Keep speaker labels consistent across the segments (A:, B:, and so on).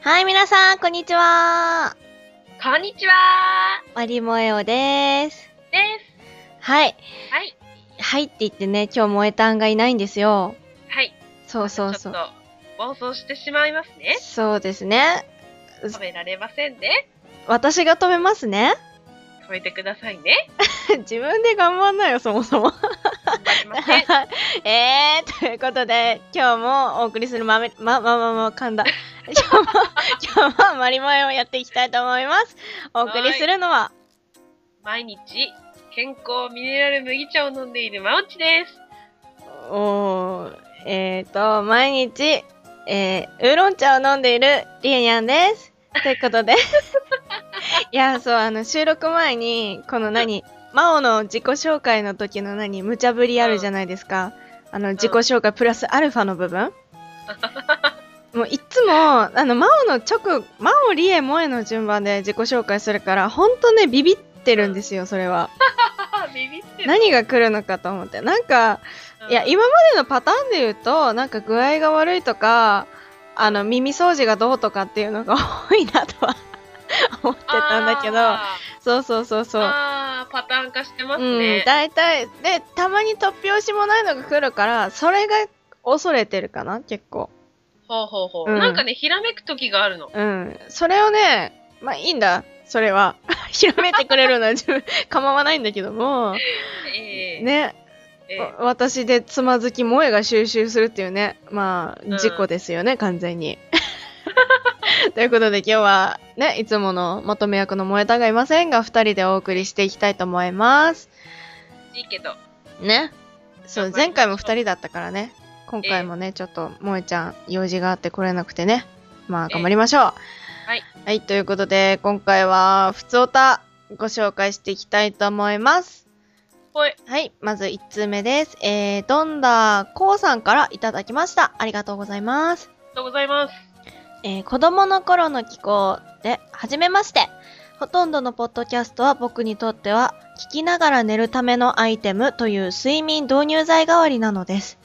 A: はい、皆さん、こんにちは。
B: こんにちは
A: マリモエオです。
B: で
A: はい。
B: す。はい。
A: はいって言ってね、今日萌えたんがいないんですよ。
B: はい。
A: そうそうそう
B: ち。ょっと、暴走してしまいますね。
A: そうですね。
B: 止められませんね。
A: 私が止めますね。
B: 止めてくださいね。
A: 自分で頑張んなよ、そもそも。
B: 止まりません。
A: えー、ということで、今日もお送りするまめ、ま、ま、ま、ま、噛ん だ。今日も、今日もマリモエをやっていきたいと思います。お送りするのは、
B: 毎日、健康ミネラル麦茶を飲んでいるまおちです。
A: おー、えーと、毎日、えー、ウーロン茶を飲んでいるりえにゃんです。ということで。 いや、そう、あの、収録前に、この何、マオの自己紹介の時の何、無茶ぶりあるじゃないですか。あの、自己紹介プラスアルファの部分。もういっつも、あの、マオの直、マオ、リエ、モエの順番で自己紹介するから、ほんとね、ビビってるんですよ、それは。
B: あビビってる。
A: 何が来るのかと思って。なんか、
B: うん
A: いや、今までのパターンで言うと、なんか具合が悪いとか、あの、耳掃除がどうとかっていうのが多いなとは 思ってたんだけど、
B: あ
A: そうそうそう
B: ー
A: そう。
B: あー、パターン化してま
A: う
B: す
A: ん
B: ね、。
A: 大体、で、たまに突拍子もないのが来るから、それが恐れてるかな、結構。
B: ほうほうほう、
A: うん
B: なんかね、ひらめく時があるの。
A: うん。それをね、まあいいんだ、それは。 ひらめいてくれるのは自分、構わないんだけども、
B: ええ
A: ね、
B: ええ
A: わ私でつまずき萌えが収集するっていうねま
B: う
A: あ
B: ん
A: 事故ですよね、完全に ということで今日はねいつものまとめ役の萌えたがいませんが2人でお送りしていきたいと思います
B: いいけど。
A: ねそう
B: 頑張りましょう
A: 前回も2人だったからね今回もね、ちょっと萌えちゃん用事があって来れなくてねまあ
B: ええ
A: 頑張りましょう、
B: はい、
A: はい、ということで今回は「ふつおた」ご紹介していきたいと思います
B: ほい。
A: はい、まず1通目です。えー、ドンダコウさんからいただきました。ありがとうございます。
B: ありがとうございます。
A: えー、子供の頃の気候で、はじめまして。ほとんどのポッドキャストは僕にとっては、聞きながら寝るためのアイテムという睡眠導入剤代わりなのです。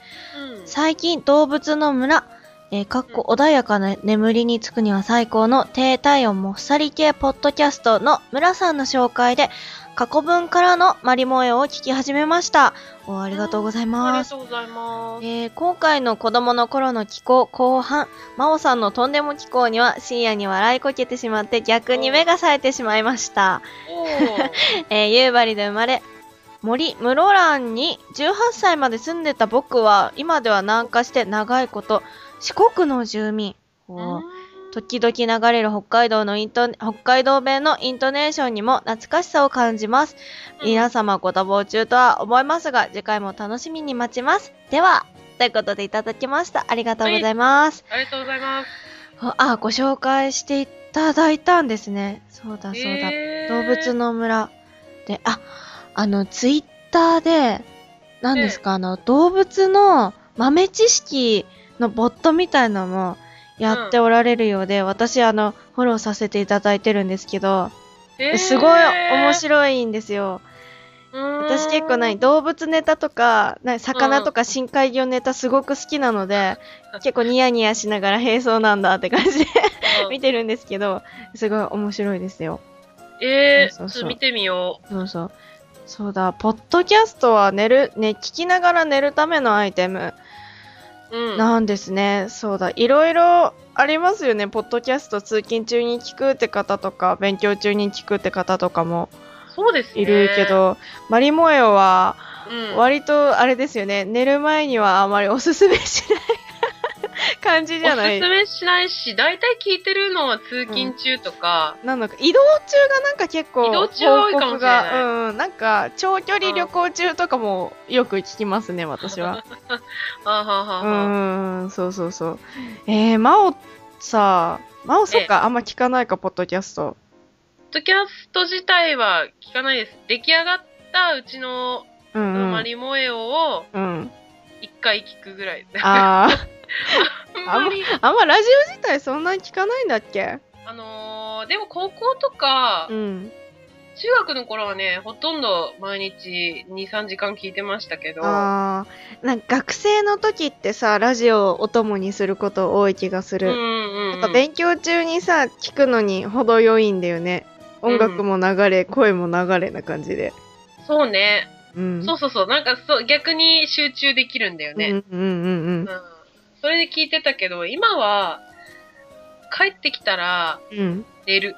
B: うん。
A: 最近、動物の村、えー、かっこ穏やかな眠りにつくには最高の低体温もっさり系ポッドキャストの村さんの紹介で、過去文からのマリモエを聞き始めました。おありがとうござい
B: あり
A: ま
B: が
A: す。
B: とうございます。
A: えー今回の子供の頃の気候後半、真央さんのとんでも気候には深夜に笑いこけてしまって逆に目が冴えてしまいました。
B: おー。
A: えー夕張で生まれ、森室蘭に18歳まで住んでた僕は今では南下して長いこと四国の住民。
B: うん
A: 時々流れる北海道のイント、北海道弁のイントネーションにも懐かしさを感じます。皆様ご多忙中とは思いますが、次回も楽しみに待ちます。では、ということでいただきました。ありがとうございます。
B: ありがとうございます。
A: あ、ご紹介していただいたんですね。そうだそうだ。
B: えー
A: 動物。の村で、あ、あの、ツイッターで、何ですか、あの、動物の豆知識のボットみたいなのもやっておられるようで、私、あの、フォローさせていただいてるんですけど、
B: えー
A: すごい面白いんですよ。私結構な。
B: うー
A: い
B: ん
A: 動物ネタとかな魚とか深海魚ネタすごく好きなの で、結構ニヤニヤしながら「へえそうなんだ」って感じで見てるんですけどすごい面白いですよ
B: えー、
A: そうそうそう
B: ちょっと見てみよ
A: そうそうそうだポッドキャストは寝るね聞きながら寝るためのアイテム
B: う。うん。
A: なんですね、そうだいろいろありますよねポッドキャスト通勤中に聞くって方とか勉強中に聞くって方とかも
B: そうですね。
A: いるけ、ど、マリモエオは
B: うん、
A: 割とあれですよね寝る前にはあまりおすすめしない 感じじゃない
B: おすすめしないし、大体聞いてるのは通勤中とか、
A: なんだか移動中がなんか結構
B: 移動中は多いかもしれない
A: 報告がうんなんか長距離旅行中とかもよく聞きますね私は
B: あはは
A: う
B: は
A: んうんそうそうそうえー、真央さ真央そっか、あんま聞かないかポッドキャスト
B: ポッドキャスト自体は聞かないです。出来上がったうちの、
A: う
B: うん
A: う
B: マ
A: ん
B: リモエオを
A: うん、
B: 一回聞くぐらい。
A: あー
B: あんまり、
A: あんまラジオ自体そんなに聞かないんだっけ
B: あのー、でも高校とか、
A: うん
B: 中学の頃はね、ほとんど毎日2、3時間聞いてましたけど、
A: あーなんか学生の時ってさラジオをお供にすること多い気がす
B: うん
A: る、
B: うんうん、
A: なんか勉強中にさ、聞くのに程よいんだよね。音楽も流れ、声も流れな感じで。
B: そうね。
A: うん。
B: そうそうそう。なんかそう、逆に集中できるんだよね。
A: うんうんうん
B: うんそれで聞いてたけど、今は、帰ってきたら
A: うん。うん。
B: 寝る。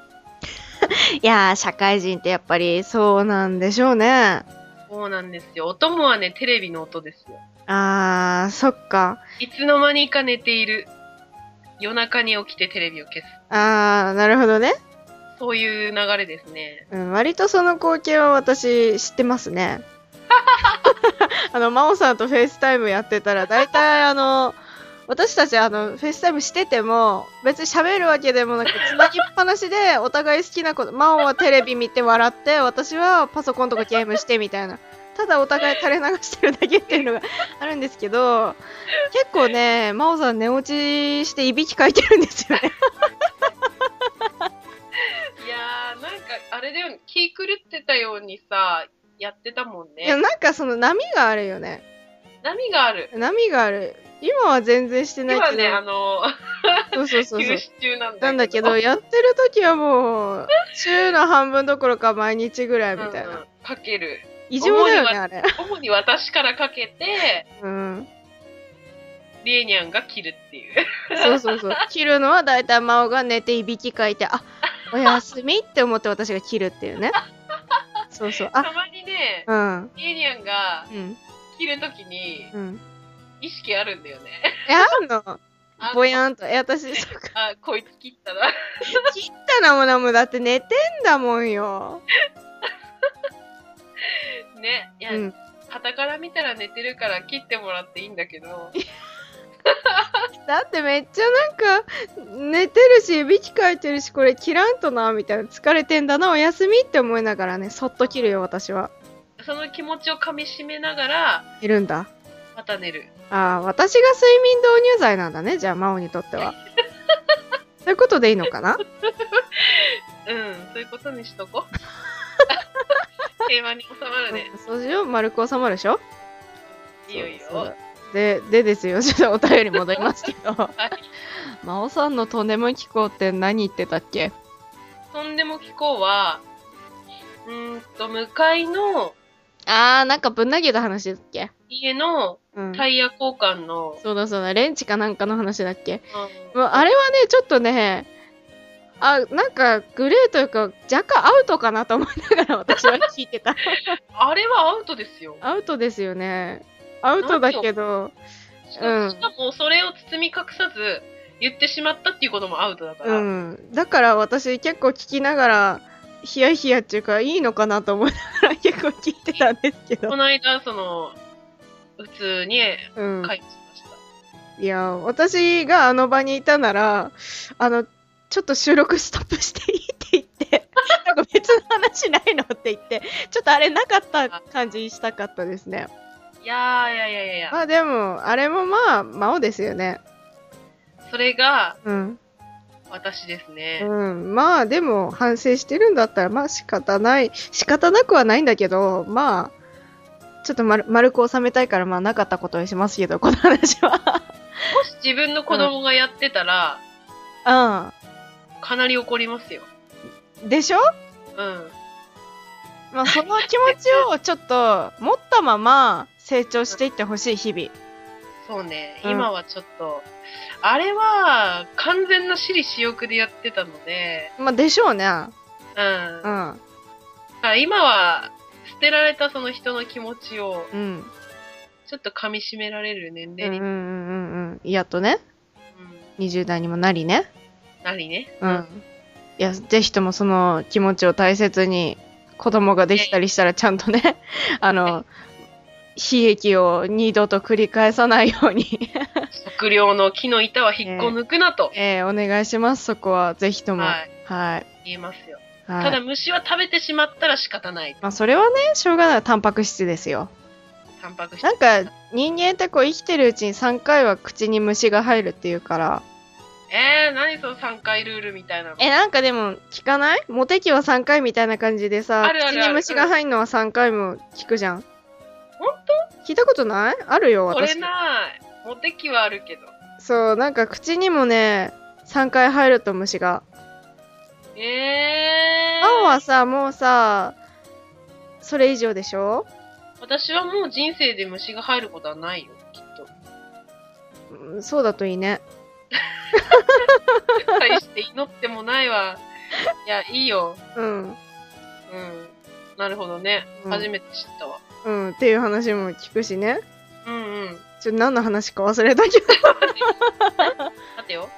A: いやー、社会人ってやっぱりそうなんでしょうね。
B: そうなんですよ。音もはね、テレビの音ですよ。
A: あー、そっか。
B: いつの間にか寝ている。夜中に起きてテレビを消す。
A: あー、なるほどね。
B: そういう流れですね。
A: うん、割とその光景は私知ってますね。あの、真央さんとフェイスタイムやってたら、大体あの、私たちあの、フェイスタイムしてても、別に喋るわけでもなく、つなぎっぱなしで、お互い好きなこと、真央はテレビ見て笑って、私はパソコンとかゲームしてみたいな。ただお互い垂れ流してるだけっていうのがあるんですけど、結構ね、真央さん寝落ちしていびきかいてるんですよね。
B: いやー、なんか、あれだよね。気狂ってたようにさ、やってたもん
A: いや、
B: ね。
A: なんかその波があるよね。
B: 波がある。
A: 波がある。今は全然してないけど。
B: 今ね、あの、
A: そうそうそうそ
B: 休
A: う。
B: 止中なんだけど。
A: なんだけど、やってる時はもう、週の半分どころか毎日ぐらいみたい
B: うんう
A: な。
B: んかける。
A: 異常だよ
B: 思い
A: ね、あれ。
B: 主に私からかけて、
A: うん。
B: リエニャンが切るっていう。
A: そうそう そう。切るのは大体真央が寝ていびきかいて、あ、おやすみって思って私が切るっていうね。そうそう。あ、
B: たまにね、
A: うん。
B: リエニャンが
A: うん。
B: 切るときに
A: うん。
B: 意識あるんだよね。
A: え、あんの
B: あ
A: ぼやんと。え、私、そっか。
B: あ、こいつ切ったな。
A: 切ったなもなもだって寝てんだもんよ。
B: ね。いうや、
A: ん。
B: 傍から見たら寝てるから切ってもらっていいんだけど。
A: だってめっちゃなんか寝てるしいびきかいてるしこれ切らんとなみたいな疲れてんだなおやすみって思いながらねそっと切るよ私は
B: その気持ちを噛み締めながら、
A: いるんだ
B: また寝る。
A: ああ私が睡眠導入剤なんだねじゃあ真央にとって はそういうことでいいのかな
B: うん、そういうことにし とこう。平和に収まるね。
A: 掃除を丸く収まるでしょ
B: いいよいい
A: そう
B: よ
A: だ。ででですよちょっとお便り戻りますけ ど
B: はい
A: 真央さんのとんでも機構って何言ってたっけ
B: とんでも気候は、うーんと、向かいの
A: ああなんかぶん投げた話だっけ
B: 家の
A: うん
B: タイヤ交換の、
A: そうだそうだレンチかなんかの話だっけ
B: うん
A: まああれはね、ちょっとね、あ、なんか、グレーというか、若干アウトかなと思いな がら私は聞いてた。
B: あれはアウトですよ。
A: アウトですよね。アウトだけど、
B: し
A: う
B: か
A: ん
B: しかも、それを包み隠さず言ってしまったっていうこともアウトだから。
A: うん。だから私結構聞きながら、ヒヤヒヤっていうか、いいのかなと思いながら 結構聞いてたんですけど
B: こ。の間、その、普通に
A: うん。
B: 会議しました。
A: いや、私があの場にいたなら、あの、ちょっと収録ストップしていいって言 って、なんか別の話ないのって言って、ちょっとあれなかった感じしたかったですね。
B: いやーいやいやいやい
A: ま
B: や、
A: あでも、あれもまあ、魔王ですよね。
B: それが
A: うん。
B: 私ですね。
A: うん。まあでも、反省してるんだったら、まあ仕方ない、仕方なくはないんだけど、まあ、ちょっと丸丸く収めたいから、まあなかったことにしますけど、この話
B: もし自分の子供がやってたら、
A: は。
B: かなり怒りますよ。
A: うん。でしょ
B: うん。
A: まあその気持ちをちょっと持ったまま成長していってほしい日々。
B: そうね、
A: うん
B: 今はちょっと、あれは完全な私利私欲でやってたので、
A: まあでしょうね。
B: うん
A: う。ん。
B: あ今は、捨てられたその人の気持ちを、
A: うん。
B: ちょっと噛み締められる年
A: うんうん
B: 齢
A: うん
B: に、
A: う
B: うん
A: んうん。やっとね、20代にもなりね。
B: なりね。
A: うん。いや、ぜひともその気持ちを大切に、子供ができたりしたらちゃんとね、 あの、悲劇を二度と繰り返さないように、
B: 測量の木の板は引っこ抜くなと
A: えーお願いします、そこは。ぜひとも。は。
B: はい
A: はい。
B: 言えますよ。ただ虫は食べてしまったら仕方ない。
A: まあ、それはね、しょうがない。タンパク質ですよ。
B: タンパク質。
A: なんか、人間ってこう、生きてるうちに3回は口に虫が入るっていうから。
B: えー、何その3回ルールみたいなの。
A: え、なんかでも、聞かないモテ期は3回みたいな感じでさ、
B: あるあるある
A: 口に虫が入るのは3回も聞くじゃん。
B: 本
A: 聞いたことないあるよ、
B: 当
A: 私。
B: これない。モテ期はあるけど。
A: そう、なんか口にもね、 3回入ると虫が。
B: えー。
A: 青はさ、もうさ、それ以上でしょ
B: 私はもう人生で虫が入ることはないよ、きっと。
A: うんそうだといいね。
B: 大して祈ってもないわ。いや、いいよ。
A: うん。
B: うん。なるほどね。
A: うん
B: 初めて知ったわ。
A: うん。っていう話も聞くしね。
B: うんうん。
A: ちょ、何の話か忘れたけど。
B: 待てよ。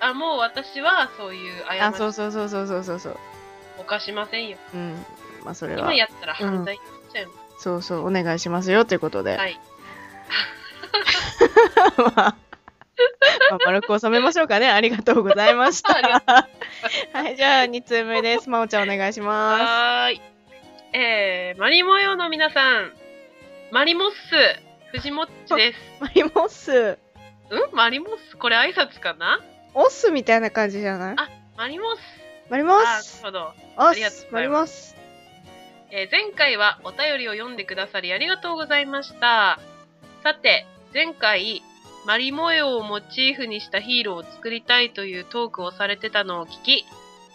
B: あ、もう私はそうい う
A: あ、
B: 過ち
A: そ
B: を
A: うそうそうそうそうそうそう。
B: 犯しませんよ。
A: うん。まあ、それは
B: 今。やったら犯罪になっちゃう、
A: そうそう、お願いしますよということで。
B: はい。
A: まあ、まあ丸く収めましょうかね。ありがとうございま した。はい、じゃあ2通目です。まおちゃんお願いしま
B: はーい。えー、マリモヨの皆さん、マリモッス、藤もっち です。
A: す。マリモッス。
B: うんマリモッスこれ挨拶かな
A: オスみたいな感じじゃない
B: あマリモッス。
A: マリモ
B: あ
A: ス
B: ー、なるほど。
A: オ
B: りがとう
A: ス
B: ござい
A: マリモ
B: ます
A: ス
B: えー前回はお便りを読んでくださりありがとうございました。さて、前回、マリモエオをモチーフにしたヒーローを作りたいというトークをされてたのを聞き、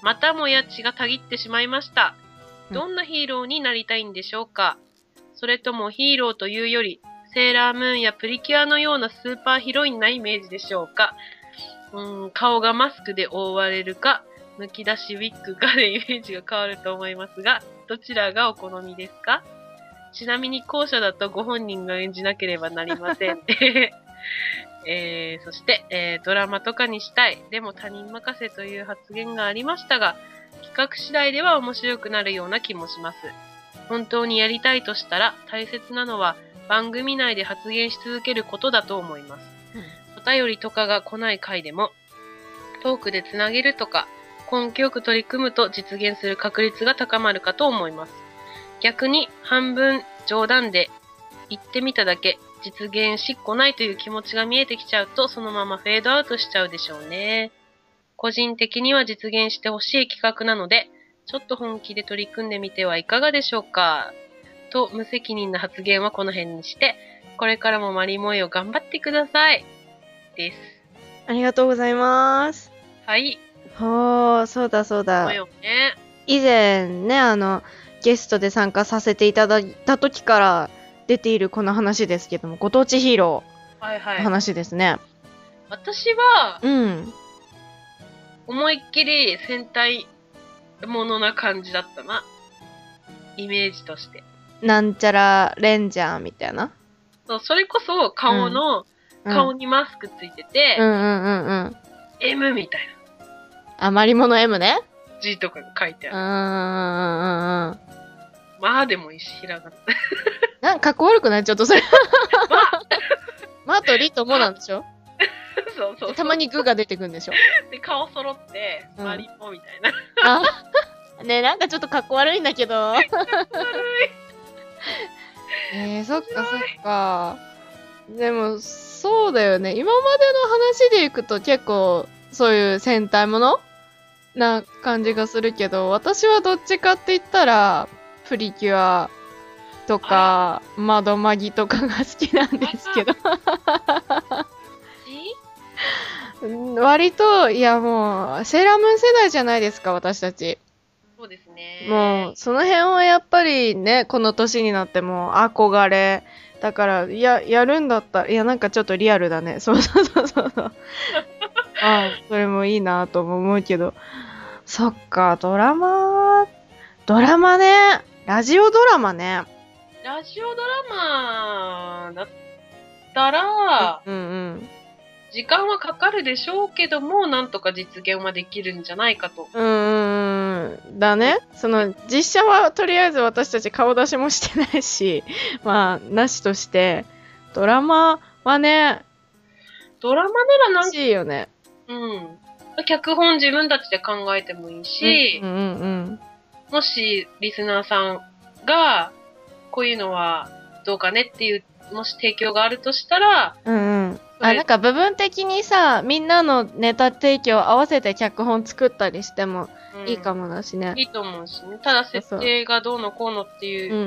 B: またもや血がたぎってしまいました。
A: うん
B: どんなヒーローになりたいんでしょうかそれともヒーローというより、セーラームーンやプリキュアのようなスーパーヒロインなイメージでしょうかうーん、顔がマスクで覆われるか、抜き出しウィッグかでイメージが変わると思いますが、どちらがお好みですかちなみに後者だとご本人が演じなければなりません。 えーそして、えードラマとかにしたい。でも他人任せという発言がありましたが、企画次第では面白くなるような気もします。本当にやりたいとしたら大切なのは番組内で発言し続けることだと思います。お便りとかが来ない回でも、トークでつなげるとか、根気よく取り組むと実現する確率が高まるかと思います。逆に半分冗談で言ってみただけ実現しっこないという気持ちが見えてきちゃうとそのままフェードアウトしちゃうでしょうね。個人的には実現してほしい企画なので、ちょっと本気で取り組んでみてはいかがでしょうかと無責任な発言はこの辺にして、これからもマリモイを頑張ってください。です。
A: ありがとうございます。
B: はい。
A: ほー、そうだそうだ
B: マリ。モイをね。
A: 以前ね、あの、ゲストで参加させていただいた時から出ているこの話ですけども、ご当地ヒーロ
B: は
A: ー
B: い
A: の
B: はい。
A: 話ですね。
B: 私は、
A: うん。
B: 思いっきり戦隊ものな感じだったな。イメージとして。
A: なんちゃらレンジャーみたいな。
B: そうそれこそ顔の、
A: うん
B: 顔にマスクついてて、
A: うんうんうんうん。
B: M みたい
A: 余り物 M ね。
B: な字とかが書いて
A: うんう
B: あ
A: ん
B: る。
A: うんうんうん。
B: まあでもいいし、ひらがな。
A: なんかかっこ悪くないちょっとそれ。 まあとりともなんでしょ
B: そうそうそう。
A: たまにグが出てくるんでしょ
B: で顔揃って、
A: うん
B: マリポみたいな。
A: あねえなんかちょっとかっこ悪いんだけど。 えー、そっかそっか。でも、そうだよね。今までの話でいくと結構、そういう戦隊ものな感じがするけど、私はどっちかって言ったら、プリキュアとか、窓マギとかが好きなんですけど、うん割と、いやもう、セーラームーン世代じゃないですか、私たち。
B: そうですね。
A: もう、その辺はやっぱりね、この年になっても憧れ。だから、いや、やるんだったら、いや、なんかちょっとリアルだね。そうそうそうそうそう。 あそれもいいなとも思うけど。そっか、ドラマ、ドラマね。ラジオドラマね。
B: ラジオドラマだったら、
A: うんうん。
B: 時間はかかるでしょうけども、なんとか実現はできるんじゃないかと。
A: うーん、だね。その、実写はとりあえず私たち顔出しもしてないし、まあ、なしとして、ドラマはね、
B: ドラマならなん
A: 欲しいよね。
B: うん。脚本自分たちで考えてもいいし
A: う、んうんうん。
B: もしリスナーさんが、こういうのはどうかねっていう、もし提供があるとしたら、
A: うんうん。
B: そ
A: あ、
B: れ
A: なんか部分的にさ、みんなのネタ提供合わせて脚本作ったりしても
B: うん
A: いいかもだしね。
B: いいと思うしね。ただ設定がどうのこうのって
A: う
B: い
A: ん
B: う
A: う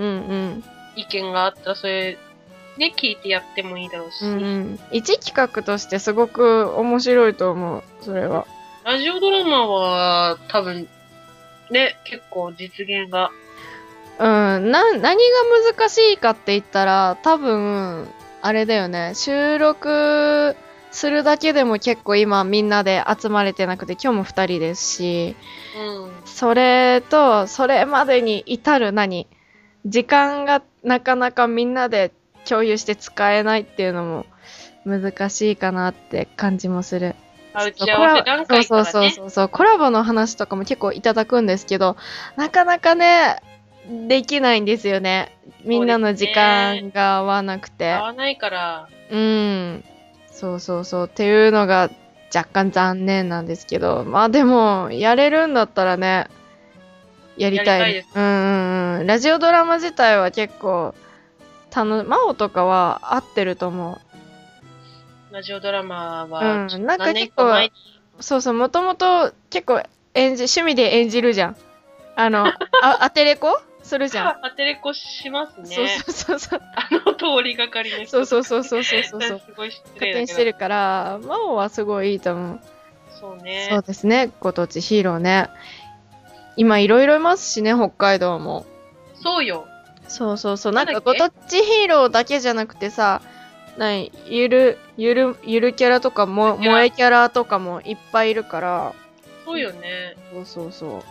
A: ん
B: 意見があったら、それね、聞いてやってもいいだろうし、
A: うんうん。一企画としてすごく面白いと思う、それは。
B: ラジオドラマは多分、ね、結構実現が。
A: うん、な、何が難しいかって言ったら、多分、あれだよね、収録するだけでも結構今みんなで集まれてなくて、今日も二人ですし、
B: うん。
A: それと、それまでに至る何時間がなかなかみんなで共有して使えないっていうのも難しいかなって感じもする。
B: あ打ち合わせ段階から
A: そ
B: ね。
A: うそうそうそう。コラボの話とかも結構いただくんですけど、なかなかね、できないんですよね。みんなの時間が合わなくて。
B: 合わないから、
A: うん。そうそうそう。っていうのが若干残念なんですけど。まあでも、やれるんだったらね、やりたい。
B: やりたいです
A: うんうんうん。ラジオドラマ自体は結構、楽、真央とかは合ってると思う。
B: ラジオドラマ
A: うん
B: は、ちょっと
A: なんか
B: 何年か前に
A: そうそう、もともと結構演じ、趣味で演じるじゃん。あ の、あ、アテレコするじゃん。
B: 当てれこしますね。
A: そうそうそう
B: あの通りがかりの人
A: そう。そうそうそうそうそうそう。
B: すごい失
A: 勝
B: 礼
A: 手
B: だ
A: に
B: け
A: し
B: ど。
A: てるから、真央はすごいいいと思う。
B: そうね。
A: そうですね、ご当地ヒーローね。今いろいろいますしね、北海道も。
B: そうよ。
A: そうそうそう。
B: な
A: なんん
B: だっ
A: か
B: け
A: ご当地ヒーローだけじゃなくてさ、なんゆる、ゆる、ゆるキャラとかも、
B: ゆるキャラ
A: 萌えキャラとかもいっぱいいるから。
B: そうよね。
A: そうそうそう。
B: いや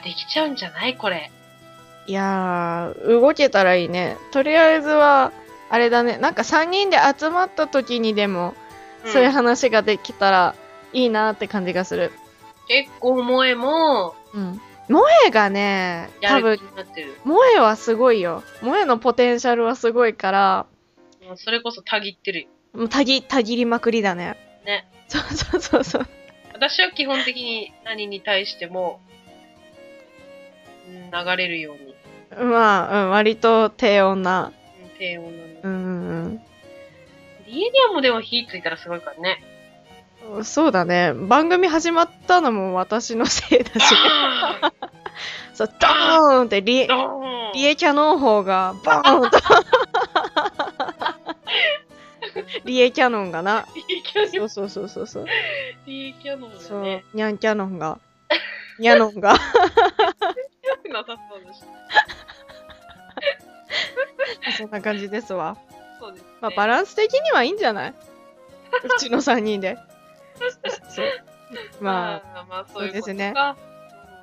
B: ー、できちゃうんじゃないこれ。
A: いやー、動けたらいいね。とりあえずは、あれだね、なんか3人で集まった時にでも、
B: うん
A: そういう話ができたらいいなって感じがする。
B: 結構萌えも、
A: うん。萌えがね、
B: や
A: 多
B: る
A: 分
B: 気、になってる。
A: 萌えはすごいよ。萌えのポテンシャルはすごいから、
B: もうそれこそたぎってるよ。
A: もうたぎ、たぎりまくりだね。
B: ね。
A: そうそうそうそう。
B: 私は基本的に何に対しても、うん流れるように。
A: まあ、うん、割と低温な。
B: うん低音なの。
A: うんうん
B: リエリアもでも火ついたらすごいから ね。
A: うん。そうだね。番組始まったのも私のせいだ し。
B: バ
A: そう、ドーンってリエ
B: ーン、ド ーン
A: リエキャノン砲がバーン とリエキャノンがな
B: リエキャ
A: そ
B: ノン
A: うそうそうそうそう
B: リエキャノンだ
A: そう
B: ね。
A: ニャンキャノンがニャノンが
B: なさそうだし。
A: そんな感じですわ、
B: そうですね。
A: まあ、バランス的にはいいんじゃ ないうちの3人でそうまあ
B: あ、まあ、そう
A: そう
B: いうことか。
A: ですね
B: まあ、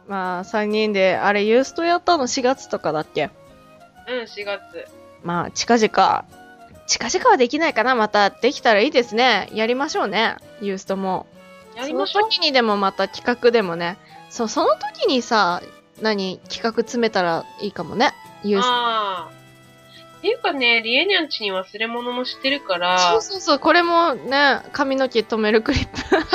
A: まあ3人であれユーストやったの4月とかだっけ
B: うん、4月。
A: まあ近々近々はできないかなまたできたらいいですねやりましょうねユーストも
B: やりましょ
A: そうの。時にでもまた企画でもねそうその時にさ何企画詰めたらいいかもねユース
B: ああ。っていうかね、リエニャンちに忘れ物もしてるから、
A: そうそうそうこれもね髪の毛止めるクリップ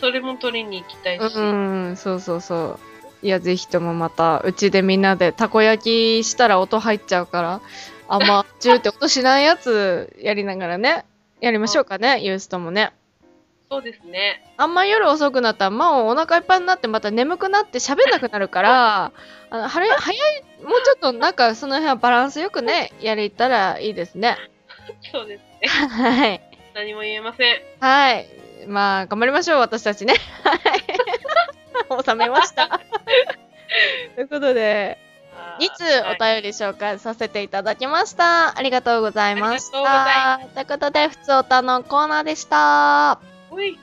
B: それも取りに行きたいし、
A: うんそうそうそういやぜひともまたうちでみんなでたこ焼きしたら音入っちゃうからあんまジューって音しないやつやりながらねやりましょうかねユースともね
B: そうですね。
A: あんま夜遅くなったら、まあお腹いっぱいになってまた眠くなって喋んなくなるから、あの、はれ、早い、もうちょっとなんかその辺はバランスよくね、やれたらいいですね。
B: そうです。
A: はい。
B: 何も言えません。
A: はい。まあ、頑張りましょう、私たちね。はい。 収めました。 ということで、
B: あー
A: 2通お便り紹介させていただきました。ありがとうございました。
B: あ
A: ということで、ふつおたのコーナーでした。
B: はいおい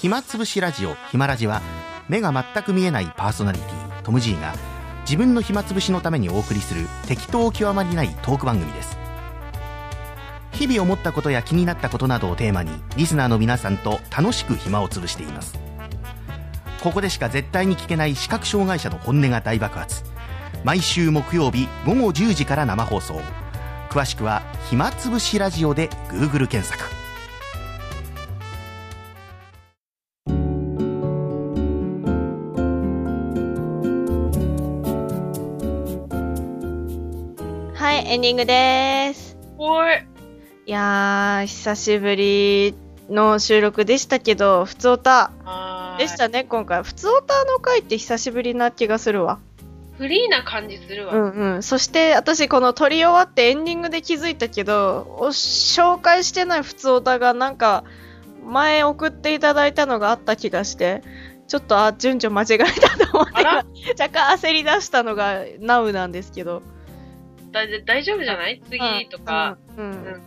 C: 暇つぶしラジオ「ひまラジは」目が全く見えないパーソナリティトム・ジーが自分の暇つぶしのためにお送りする適当極まりないトーク番組です日々思ったことや気になったことなどをテーマにリスナーの皆さんと楽しく暇をつぶしていますここでしか絶対に聞けない視覚障害者の本音が大爆発毎週木曜日午後10時から生放送詳しくは「暇つぶしラジオ」で Google 検索
A: はい、エンディングです。
B: おい。
A: いやー、久しぶりの収録でしたけど、ふつおた
B: あー
A: でしたね、今回。ふつおたの回って久しぶりな気がするわ。
B: フリーな感じするわ。
A: うんうん。そして、私、この撮り終わってエンディングで気づいたけど、お紹介してない普通オタが、なんか、前送っていただいたのがあった気がして、ちょっと、あ、順序間違えたと思って、
B: あら
A: 若干焦り出したのが、ナウなんですけど。
B: だ大丈夫じゃない次とか。
A: うん、うん
B: うん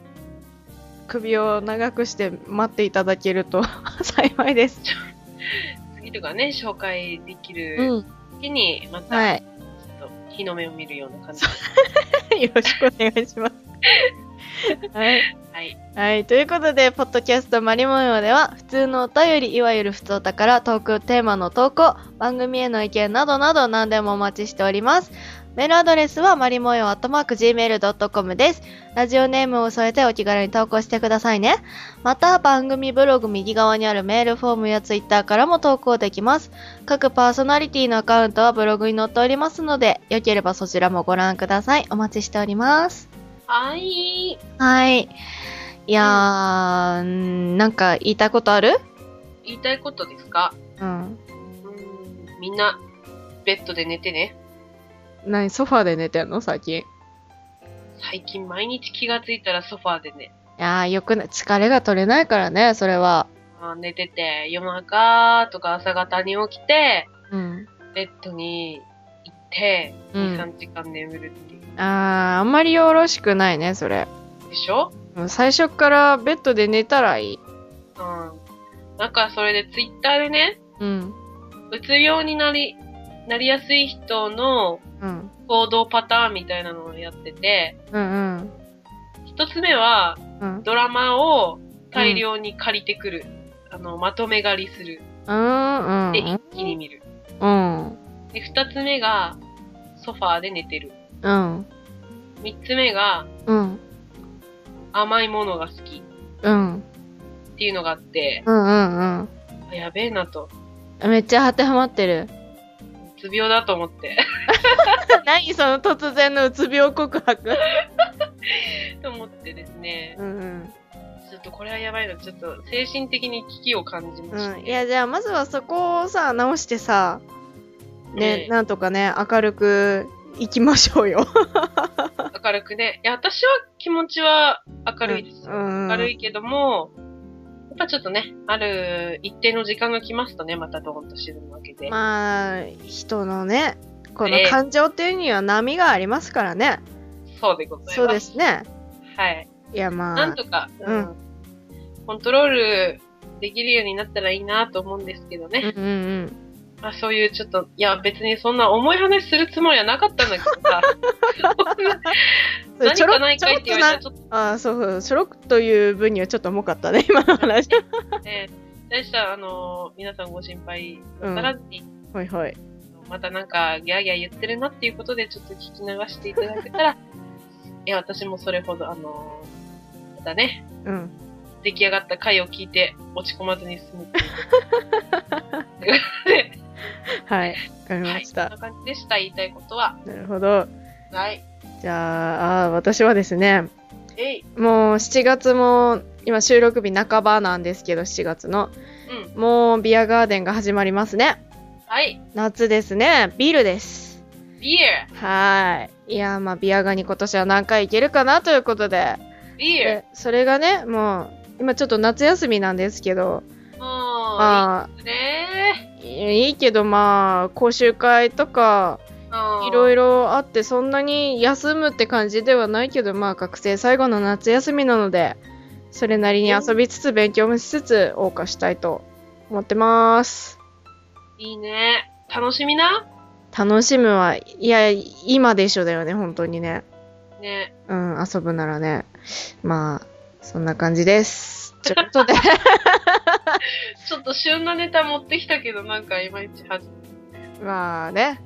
A: 首を長くして待っていただけると 幸いです。
B: 次とかね、紹介できる
A: うん。
B: 時に、ま
A: は
B: た、ち
A: い。
B: ょっと日の目を見るような感じ で。
A: よろしくお願いします。はい。
B: はい。
A: はい。ということで、ポッドキャストマリモヨでは、普通のお便り、いわゆる普通歌からトークテーマの投稿、番組への意見などなど何でもお待ちしております。メールアドレスは、マリモヨアットマーク Gmail.com です。ラジオネームを添えてお気軽に投稿してくださいね。また、番組ブログ右側にあるメールフォームやツイッターからも投稿できます。各パーソナリティのアカウントはブログに載っておりますので、よければそちらもご覧ください。お待ちしております。
B: はい。
A: はい。いやー、んーなんか言いたいことある
B: 言いたいことですか
A: うん。
B: うーんみんな、ベッドで寝てね。
A: 何、ソファーで寝てんの最近。い
B: 最近毎日気がついたらソファーでね、
A: やー、よくない。疲れが取れないからね、それは。
B: あー寝てて、夜中とか朝方に起きて、
A: うん。
B: ベッドに行って、
A: うん
B: 2、3時間眠るっていう。
A: あー、あんまりよろしくないね、それ。
B: でしょ
A: うん最初からベッドで寝たらいい。
B: うん。なんかそれでツイッターでね、
A: うん。
B: うつ病になり、なりやすい人の
A: うん。
B: 行動パターンみたいなのをやってて、
A: うんうん。
B: 一つ目は、
A: うん。
B: ドラマを大量に借りてくる。あの、まとめ借りする。
A: うん。うん。
B: で、一気に見る。
A: うん。
B: で、二つ目が、ソファーで寝てる。
A: うん。
B: 三つ目が、
A: うん。
B: 甘いものが好き
A: うん。
B: っていうのがあって、
A: うんうん
B: あやべえなと。
A: うん。めっちゃ当てはまって る。
B: うつ病だと思って。
A: 何その突然のうつ病告白。
B: と思ってですね。
A: うんうん。
B: ちょっとこれはやばいな。ちょっと精神的に危機を感じまし
A: う
B: た、
A: ん、いやじゃあまずはそこをさ直してさね、
B: ええ
A: なんとかね明るくいきましょうよ
B: 明るくね。いや、私は気持ちは明るいです。
A: うん、
B: 明る
A: い
B: いけども、やっぱちょっとね、ある一定の時間が来ますとね、またドーンと沈むわけで。
A: まあ人のねこの
B: ええ
A: 感情っていうには波がありますからね、
B: そうでございます。
A: そうですね
B: はい。
A: いやま
B: なん
A: あ
B: とか、
A: う
B: うんん、コントロールできるようになったらいいなと思うんですけど
A: うん
B: ね。
A: うんうん
B: まあそういうちょっと、いや別にそんな重い話するつもりはなかったんだけどさ。何
A: ちょろ
B: かないかいって
A: ちょ
B: 言
A: ろっと
B: わ
A: な
B: れたらちょっと
A: あそうそうちょろっという分にはちょっと重かったね今の話
B: ね、大した、あのー皆さんご心配
A: うん
B: ならずに、
A: ほいほい
B: またなんかギャーギャー言ってるなっていうことでちょっと聞き流していただけた ら、いや私もそれほどあのーまたね、
A: うん
B: 出来上がった回を聞いて落ち込まずに済む。
A: はいわかり
B: は
A: ま
B: い、
A: し
B: そん
A: た、
B: な感じでした。言いたいことは。
A: なるほど
B: はい。
A: じゃああー私はですね
B: えい。
A: もう7月も今収録日半ばなんですけど7月の
B: うん。
A: もうビアガーデンが始まりますね
B: はい。
A: 夏ですねビールです
B: ビー
A: はーいいやーまあビアガーに今年は何回行けるかなということで
B: ルビール
A: でそれがねもう今ちょっと夏休みなんですけど
B: もう
A: まあ
B: いいね
A: いいいけどまあ講習会とか
B: ー。
A: いろい
B: ろ。
A: ろあってそんなに休むって感じではないけどまあ学生最後の夏休みなのでそれなりに遊びつつ勉強もしつつ謳歌したいと思ってます
B: いいね。楽しみな。
A: 楽しむはいや今でしょだよね本当にね
B: ね。
A: うん遊ぶならねまあそんな感じですちょっ とで
B: ちょっと旬なネタ持ってきたけど、なんかいまいちはず。
A: まあね、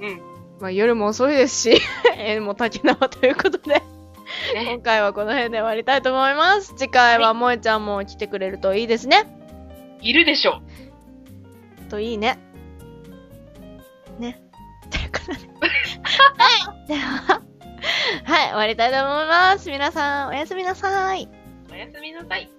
B: うん。
A: まあ、夜も遅いですし 縁も竹縄ということで
B: ね
A: 今回はこの辺で終わりたいと思います次回は萌えちゃんも来てくれるといいですね
B: いるでしょ。
A: といいね。ね。ということで。はい。で は、はい、終わりたいと思います。皆さん、おやすみなさい。
B: おやすみなさい。